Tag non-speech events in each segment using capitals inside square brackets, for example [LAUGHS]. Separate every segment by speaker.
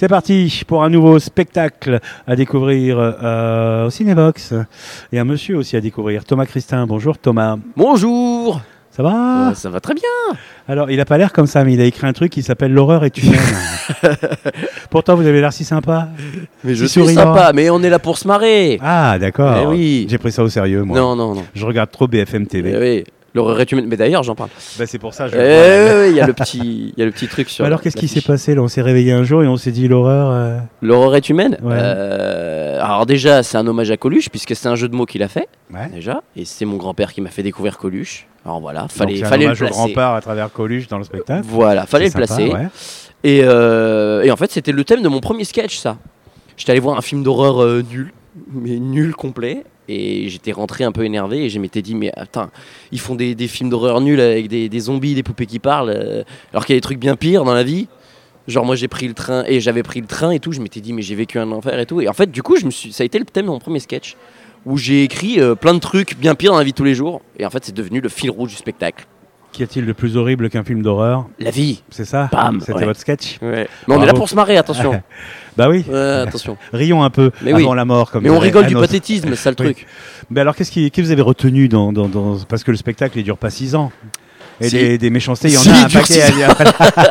Speaker 1: C'est parti pour un nouveau spectacle à découvrir euh, au Cinébox et un monsieur aussi à découvrir, Thomas Christin. Bonjour Thomas.
Speaker 2: Bonjour
Speaker 1: Ça va
Speaker 2: Ouais, Ça va très bien
Speaker 1: Alors, il a pas l'air comme ça, mais il a écrit un truc qui s'appelle L'horreur est humaine.
Speaker 2: [LAUGHS]
Speaker 1: Pourtant, vous avez l'air si sympa.
Speaker 2: Mais je
Speaker 1: Petit
Speaker 2: suis
Speaker 1: sourire.
Speaker 2: sympa, mais on est là pour se marrer
Speaker 1: Ah, d'accord.
Speaker 2: Eh oui.
Speaker 1: J'ai pris ça au sérieux, moi.
Speaker 2: Non, non, non.
Speaker 1: Je regarde trop BFM TV.
Speaker 2: Eh oui, l'horreur est humaine. Mais d'ailleurs, j'en parle.
Speaker 1: Bah, c'est pour ça.
Speaker 2: Eh
Speaker 1: Je...
Speaker 2: oui,
Speaker 1: Voilà.
Speaker 2: oui, il y a le petit, il y a le petit
Speaker 1: [LAUGHS]
Speaker 2: truc sur.
Speaker 1: Alors, qu'est-ce qui s'est
Speaker 2: l'affiche.
Speaker 1: passé là On s'est réveillé un jour et on s'est dit l'horreur. euh,
Speaker 2: L'horreur est humaine.
Speaker 1: Ouais.
Speaker 2: Euh, alors déjà, c'est un hommage à Coluche puisque c'est un jeu de mots qu'il a fait
Speaker 1: Ouais.
Speaker 2: déjà, et c'est mon grand-père qui m'a fait découvrir Coluche. Alors voilà, fallait,
Speaker 1: Donc, c'est un
Speaker 2: fallait le
Speaker 1: hommage au
Speaker 2: placer.
Speaker 1: rempart à travers Coluche dans le spectacle.
Speaker 2: Voilà, fallait le
Speaker 1: C'est sympa,
Speaker 2: placer.
Speaker 1: ouais.
Speaker 2: Et, euh, et en fait, c'était le thème de mon premier sketch, ça. J'étais allé voir un film d'horreur euh, nul, mais nul complet. Et j'étais rentré un peu énervé et je m'étais dit, mais attends, ils font des, des films d'horreur nuls avec des, des zombies, des poupées qui parlent, euh, alors qu'il y a des trucs bien pires dans la vie. Genre, moi j'ai pris le train et j'avais pris le train et tout, je m'étais dit, mais j'ai vécu un enfer et tout. Et en fait, du coup, je me suis, ça a été le thème de mon premier sketch où j'ai écrit euh, plein de trucs bien pires dans la vie de tous les jours. Et en fait, c'est devenu le fil rouge du spectacle.
Speaker 1: Qu'y a-t-il de plus horrible qu'un film d'horreur
Speaker 2: La vie.
Speaker 1: C'est ça
Speaker 2: Bam,
Speaker 1: C'était
Speaker 2: ouais.
Speaker 1: votre sketch
Speaker 2: Mais on est là
Speaker 1: Bravo.
Speaker 2: pour se marrer, attention.
Speaker 1: Bah oui,
Speaker 2: Ouais, attention.
Speaker 1: rions un peu
Speaker 2: Mais oui.
Speaker 1: avant la mort. Comme
Speaker 2: Mais on
Speaker 1: dirait
Speaker 2: rigole
Speaker 1: un
Speaker 2: du
Speaker 1: autre.
Speaker 2: pathétisme, c'est ça le
Speaker 1: Oui.
Speaker 2: truc.
Speaker 1: Mais alors, qu'est-ce qui, qu'est-ce que vous avez retenu dans, dans, dans- Parce que le spectacle, il dure pas 6 ans. Et
Speaker 2: Si.
Speaker 1: des, des méchancetés, il y en
Speaker 2: Si,
Speaker 1: a
Speaker 2: il
Speaker 1: un
Speaker 2: dure
Speaker 1: paquet.
Speaker 2: six
Speaker 1: à dire.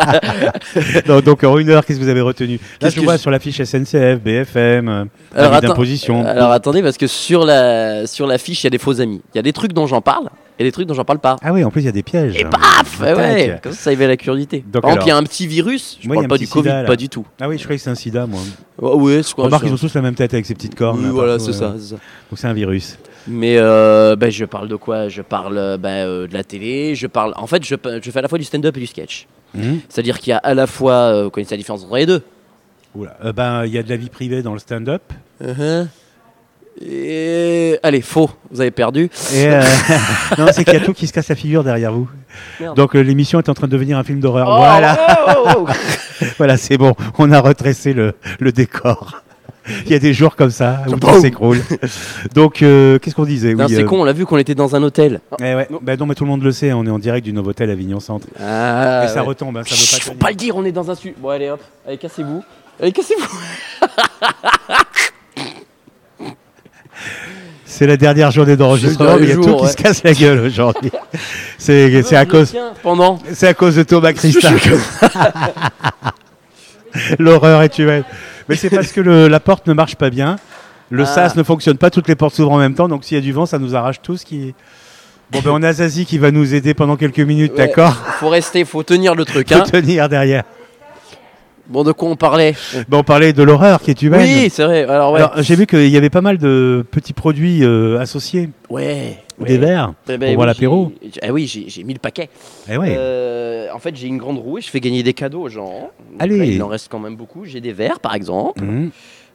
Speaker 1: [LAUGHS] donc, donc, en une heure, qu'est-ce que vous avez retenu Là,
Speaker 2: Qu'est-ce
Speaker 1: je
Speaker 2: que
Speaker 1: vois
Speaker 2: je-
Speaker 1: sur l'affiche SNCF, BFM, euh, avis
Speaker 2: Alors, attends- euh,
Speaker 1: d'imposition.
Speaker 2: Alors attendez, parce que sur la, sur la fiche, il y a des faux amis. Il y a des trucs dont j'en parle et des trucs dont j'en parle pas.
Speaker 1: Ah oui, en plus, il y a des pièges.
Speaker 2: Et paf
Speaker 1: Attaque.
Speaker 2: Ah ouais, Comme ça, ça éveille la curiosité.
Speaker 1: Donc
Speaker 2: Par
Speaker 1: alors-
Speaker 2: exemple, il y a un petit virus, je
Speaker 1: Moi, il y a un
Speaker 2: parle pas
Speaker 1: petit
Speaker 2: du Covid,
Speaker 1: sida, là.
Speaker 2: pas du tout.
Speaker 1: Ah oui, je croyais que c'est un sida, moi.
Speaker 2: Oh, ouais, c'est quoi
Speaker 1: Remarque,
Speaker 2: ça
Speaker 1: ils ont tous la même tête avec ces petites cornes.
Speaker 2: Oui,
Speaker 1: là,
Speaker 2: voilà,
Speaker 1: partout,
Speaker 2: c'est
Speaker 1: euh.
Speaker 2: ça, c'est ça.
Speaker 1: Donc, c'est un virus.
Speaker 2: Mais euh, ben, je parle de quoi Je parle euh, ben, euh, de la télé, je parle. En fait, je, pa- je fais à la fois du stand-up et du sketch.
Speaker 1: Hum.
Speaker 2: C'est-à-dire qu'il y a à la fois. euh, vous connaissez la différence entre les deux
Speaker 1: Oula. Euh, ben, il y a de la vie privée dans le stand-up.
Speaker 2: Uh-huh. Et... Allez, faux, vous avez perdu.
Speaker 1: Et euh, [LAUGHS] non, c'est qu'il y a tout qui se casse la figure derrière vous.
Speaker 2: Merde.
Speaker 1: Donc euh, l'émission est en train de devenir un film d'horreur.
Speaker 2: Oh,
Speaker 1: Ah, Voilà,
Speaker 2: oh, oh, oh.
Speaker 1: [LAUGHS] voilà, c'est bon. On a retressé le, le décor. [LAUGHS] Il y a des jours comme ça où tout
Speaker 2: Boum.
Speaker 1: s'écroule. Donc euh, qu'est-ce qu'on disait
Speaker 2: Non,
Speaker 1: Oui,
Speaker 2: c'est
Speaker 1: euh,
Speaker 2: con, on l'a vu qu'on était dans un hôtel.
Speaker 1: eh ouais. Bah non. mais tout le monde le sait. On est en direct du Novotel Avignon Centre.
Speaker 2: Ah,
Speaker 1: Et ça
Speaker 2: ouais.
Speaker 1: retombe. hein, ça
Speaker 2: Chut,
Speaker 1: veut pas
Speaker 2: faut
Speaker 1: tenir.
Speaker 2: pas le dire, on est dans un su. Bon, allez hop, allez, cassez-vous. Allez, cassez-vous.
Speaker 1: C'est la dernière journée d'enregistrement.
Speaker 2: Je-
Speaker 1: mais Il y a
Speaker 2: jour,
Speaker 1: tout qui
Speaker 2: ouais.
Speaker 1: se casse la gueule aujourd'hui. [LAUGHS] c'est c'est à
Speaker 2: Je
Speaker 1: cause
Speaker 2: tiens Pendant.
Speaker 1: C'est à cause de Thomas Christin. [LAUGHS] L'horreur est humaine. Mais c'est parce que le- la porte ne marche pas bien. Le
Speaker 2: Ah.
Speaker 1: sas ne fonctionne pas. Toutes les portes s'ouvrent en même temps. Donc s'il y a du vent, ça nous arrache tous. Qui... Bon, ben on a Zazie qui va nous aider pendant quelques minutes,
Speaker 2: Ouais.
Speaker 1: d'accord
Speaker 2: Faut rester, faut tenir le truc.
Speaker 1: Pour
Speaker 2: Hein.
Speaker 1: tenir derrière.
Speaker 2: Bon, de quoi on parlait
Speaker 1: Ben, on parlait de l'horreur qui est humaine.
Speaker 2: Oui, c'est vrai. Alors, ouais.
Speaker 1: Alors, j'ai vu qu'il y avait pas mal de petits produits euh, associés,
Speaker 2: ouais.
Speaker 1: des verres.
Speaker 2: Pour
Speaker 1: pour boire l'apéro.
Speaker 2: Ah oui, j'ai j'ai mis le paquet.
Speaker 1: Eh ouais.
Speaker 2: Euh, en fait, j'ai une grande roue et je fais gagner des cadeaux aux gens. Donc
Speaker 1: Allez.
Speaker 2: là, il en reste quand même beaucoup. J'ai des verres, par exemple.
Speaker 1: Mmh.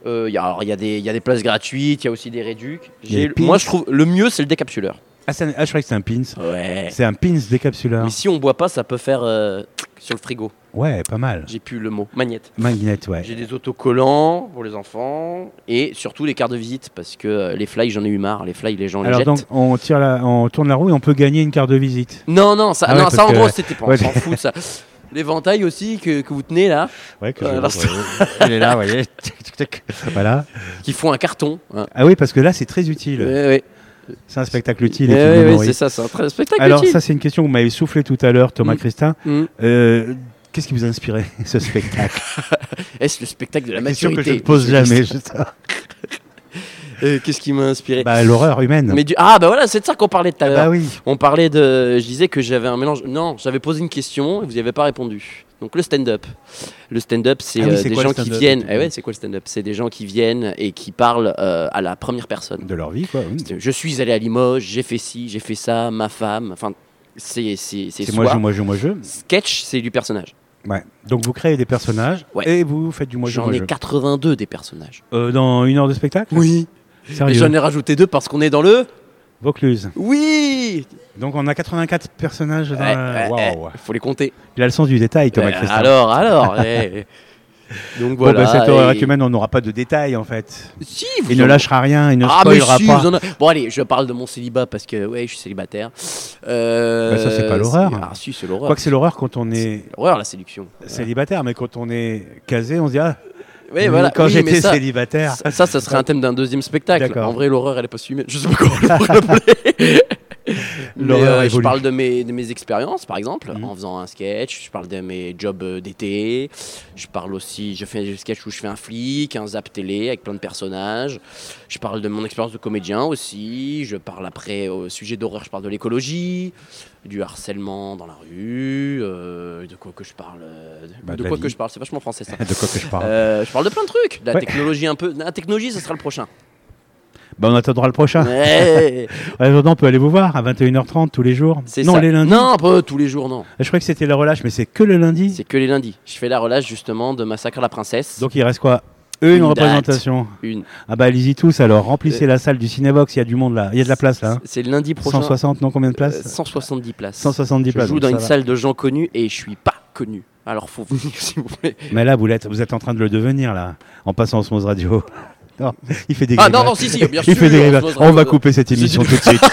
Speaker 2: Euh, il y a- alors, il y, a des- il y a des places gratuites, il y a aussi des réducs.
Speaker 1: y a
Speaker 2: J'ai-
Speaker 1: des pins.
Speaker 2: Moi, je trouve le mieux, c'est le décapsuleur.
Speaker 1: Ah, c'est un- ah, je croyais que c'était un pins.
Speaker 2: Ouais.
Speaker 1: C'est un pins décapsuleur.
Speaker 2: Mais si on boit pas, ça peut faire euh, sur le frigo.
Speaker 1: Ouais, pas mal.
Speaker 2: J'ai plus le mot. Magnette.
Speaker 1: Magnette, ouais.
Speaker 2: J'ai des autocollants pour les enfants et surtout les cartes de visite parce que euh, les fly, j'en ai eu marre. Les fly, les gens
Speaker 1: Alors
Speaker 2: les jettent.
Speaker 1: donc on tire la, on tourne la roue et on peut gagner une carte de visite.
Speaker 2: Non, non, ça,
Speaker 1: Ah
Speaker 2: non,
Speaker 1: ouais,
Speaker 2: ça
Speaker 1: parce
Speaker 2: en
Speaker 1: que-
Speaker 2: gros, c'était pas.
Speaker 1: ouais.
Speaker 2: On s'en fout de ça. L'éventail aussi que, que vous tenez là,
Speaker 1: Ouais, que
Speaker 2: Euh,
Speaker 1: je-
Speaker 2: alors-
Speaker 1: ouais, elle est là, vous
Speaker 2: [LAUGHS]
Speaker 1: voyez. Tic, tic, tic. voilà.
Speaker 2: qui font un carton. hein.
Speaker 1: Ah oui, parce que là c'est très utile.
Speaker 2: Ouais, ouais.
Speaker 1: C'est un spectacle utile. et
Speaker 2: Ouais,
Speaker 1: qui
Speaker 2: Euh, ouais,
Speaker 1: nous
Speaker 2: ouais,
Speaker 1: nourrit.
Speaker 2: c'est ça, c'est un très spectacle
Speaker 1: Alors
Speaker 2: utile.
Speaker 1: ça c'est une question que vous m'avez soufflé tout à l'heure, Thomas
Speaker 2: Mm.
Speaker 1: Christin.
Speaker 2: Mm.
Speaker 1: Euh, Qu'est-ce qui vous a inspiré [LAUGHS] ce spectacle
Speaker 2: Est-ce le spectacle de la,
Speaker 1: question que
Speaker 2: maturité
Speaker 1: je ne pose jamais. je sais.
Speaker 2: Euh, Qu'est-ce qui m'a inspiré
Speaker 1: bah, L'horreur humaine.
Speaker 2: Mais du... Ah, bah voilà, c'est de ça qu'on parlait tout à l'heure.
Speaker 1: Bah oui.
Speaker 2: On parlait de. Je disais que j'avais un mélange. Non, j'avais posé une question et vous n'y avez pas répondu. Donc le stand-up. Le stand-up, c'est
Speaker 1: Ah oui,
Speaker 2: euh,
Speaker 1: c'est
Speaker 2: des
Speaker 1: quoi le
Speaker 2: gens qui
Speaker 1: stand-up
Speaker 2: viennent. Eh ouais, c'est quoi le stand-up C'est des gens qui viennent et qui parlent euh, à la première personne.
Speaker 1: De leur vie quoi. oui.
Speaker 2: Je suis allé à Limoges, j'ai fait ci, j'ai fait ça, ma femme. Enfin, c'est c'est c'est
Speaker 1: C'est moi
Speaker 2: soi.
Speaker 1: je, moi je, moi je.
Speaker 2: Sketch, c'est du personnage.
Speaker 1: Ouais. Donc vous créez des personnages
Speaker 2: Ouais.
Speaker 1: et vous faites du moi je,
Speaker 2: J'en
Speaker 1: moi
Speaker 2: ai
Speaker 1: je.
Speaker 2: 82 des personnages.
Speaker 1: Euh, dans une heure de spectacle.
Speaker 2: Oui. Et
Speaker 1: Sérieux.
Speaker 2: j'en ai rajouté deux parce qu'on est dans le.
Speaker 1: Vaucluse.
Speaker 2: Oui.
Speaker 1: Donc on a 84 personnages dans.
Speaker 2: Ouais,
Speaker 1: la-
Speaker 2: ouais,
Speaker 1: Waouh.
Speaker 2: ouais. Faut les compter.
Speaker 1: Il a le sens du détail, Thomas
Speaker 2: Euh,
Speaker 1: Christin.
Speaker 2: alors, alors.
Speaker 1: [LAUGHS]
Speaker 2: eh. Donc
Speaker 1: Bon,
Speaker 2: voilà.
Speaker 1: bah, cette horreur
Speaker 2: et-
Speaker 1: humaine, on n'aura pas de détails en fait.
Speaker 2: Si,
Speaker 1: Il
Speaker 2: vous
Speaker 1: ne
Speaker 2: en-
Speaker 1: lâchera rien, il ne
Speaker 2: Ah mais
Speaker 1: spoilera
Speaker 2: si,
Speaker 1: pas.
Speaker 2: vous en a- Bon allez, je parle de mon célibat parce que ouais, je suis célibataire. Euh,
Speaker 1: Bah, ça, c'est pas l'horreur.
Speaker 2: Ah si, c'est l'horreur.
Speaker 1: Quoique c'est l'horreur quand on est
Speaker 2: L'horreur, la séduction.
Speaker 1: célibataire, mais quand on est casé, on se dit ah,
Speaker 2: Oui, voilà.
Speaker 1: Quand
Speaker 2: Oui, mais
Speaker 1: j'étais
Speaker 2: ça,
Speaker 1: célibataire.
Speaker 2: ça, ça, ça serait un thème d'un deuxième spectacle.
Speaker 1: D'accord.
Speaker 2: En vrai, l'horreur, elle est pas suivie. Je sais pas
Speaker 1: [LAUGHS]
Speaker 2: comment on pourrait l'appeler. Mais,
Speaker 1: L'horreur
Speaker 2: euh, je
Speaker 1: évolue.
Speaker 2: parle de mes, de mes expériences, par exemple,
Speaker 1: Mhm.
Speaker 2: en faisant un sketch. Je parle de mes jobs euh, d'été. Je parle aussi, je fais des sketchs où je fais un flic, un zap télé avec plein de personnages. Je parle de mon expérience de comédien aussi. Je parle après, au sujet d'horreur, je parle de l'écologie, du harcèlement dans la rue. euh, de quoi que je parle euh, de-
Speaker 1: Bah, de
Speaker 2: De
Speaker 1: la
Speaker 2: quoi
Speaker 1: vie.
Speaker 2: que je parle C'est vachement français ça.
Speaker 1: Ah, De quoi que je parle
Speaker 2: Euh, je parle de plein de trucs. La
Speaker 1: Ouais.
Speaker 2: technologie un peu. La technologie, ça sera
Speaker 1: [LAUGHS]
Speaker 2: le prochain.
Speaker 1: Bah, on attendra le prochain.
Speaker 2: Ouais,
Speaker 1: En attendant, on peut aller vous voir à 21h30 tous les jours.
Speaker 2: c'est
Speaker 1: non,
Speaker 2: ça.
Speaker 1: les lundis.
Speaker 2: Non, pas tous les jours, non.
Speaker 1: Je croyais que c'était la relâche, mais c'est que le lundi.
Speaker 2: C'est que les lundis. Je fais la relâche justement de Massacre à la Princesse.
Speaker 1: Donc il reste quoi Une,
Speaker 2: Une date.
Speaker 1: représentation.
Speaker 2: une.
Speaker 1: Ah bah allez-y tous alors, remplissez la salle du Cinébox, il y a du monde là, il y a de la place là. hein.
Speaker 2: C'est le lundi prochain.
Speaker 1: 160, non combien de
Speaker 2: euh,
Speaker 1: places
Speaker 2: 170 places.
Speaker 1: 170
Speaker 2: Je
Speaker 1: places.
Speaker 2: joue
Speaker 1: donc
Speaker 2: dans
Speaker 1: ça
Speaker 2: une
Speaker 1: va.
Speaker 2: salle de gens connus et je suis pas connu. Alors faut venir [LAUGHS] s'il vous plaît.
Speaker 1: Mais là vous êtes, vous êtes en train de le devenir là, en passant en Smose Radio. Non, [LAUGHS] il fait des hein.
Speaker 2: Ah non,
Speaker 1: grimaces.
Speaker 2: non, si, si, bien
Speaker 1: Il
Speaker 2: sûr.
Speaker 1: fait des
Speaker 2: on se
Speaker 1: grimaces.
Speaker 2: posera-
Speaker 1: On va couper cette
Speaker 2: [LAUGHS]
Speaker 1: émission tout de suite.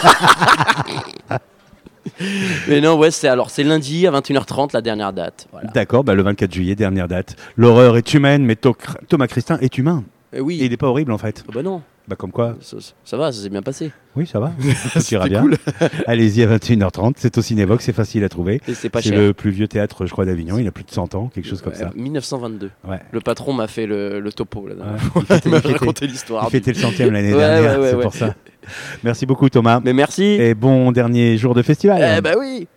Speaker 2: Mais non, ouais, c'est alors c'est lundi à 21h30 la dernière date. Voilà.
Speaker 1: D'accord, bah, le 24 juillet, dernière date. L'horreur est humaine, mais To- Thomas Christin est humain.
Speaker 2: Eh
Speaker 1: Et
Speaker 2: oui.
Speaker 1: il n'est pas horrible en fait.
Speaker 2: Ah bah non,
Speaker 1: Bah comme quoi,
Speaker 2: ça, ça- ça va, ça s'est bien passé.
Speaker 1: oui ça
Speaker 2: [LAUGHS]
Speaker 1: va, ça ira
Speaker 2: C'était
Speaker 1: bien.
Speaker 2: cool.
Speaker 1: [LAUGHS] Allez-y à 21h30, c'est au Cinébox, c'est facile à trouver.
Speaker 2: Et c'est pas
Speaker 1: C'est
Speaker 2: cher.
Speaker 1: le plus vieux théâtre, je crois, d'Avignon. Il a plus de 100 ans, quelque chose comme
Speaker 2: Ouais,
Speaker 1: ça.
Speaker 2: 1922.
Speaker 1: Ouais.
Speaker 2: Le patron m'a fait le, le topo là.
Speaker 1: Ouais.
Speaker 2: dedans
Speaker 1: Il fêtait-
Speaker 2: [LAUGHS] Il m'a
Speaker 1: il fêtait-
Speaker 2: raconté
Speaker 1: Il
Speaker 2: l'histoire.
Speaker 1: fêtait le centième l'année
Speaker 2: Ouais,
Speaker 1: dernière,
Speaker 2: ouais, ouais,
Speaker 1: c'est
Speaker 2: ouais.
Speaker 1: pour ça. Merci beaucoup Thomas.
Speaker 2: Mais merci.
Speaker 1: Et bon dernier jour de festival.
Speaker 2: Eh bah oui.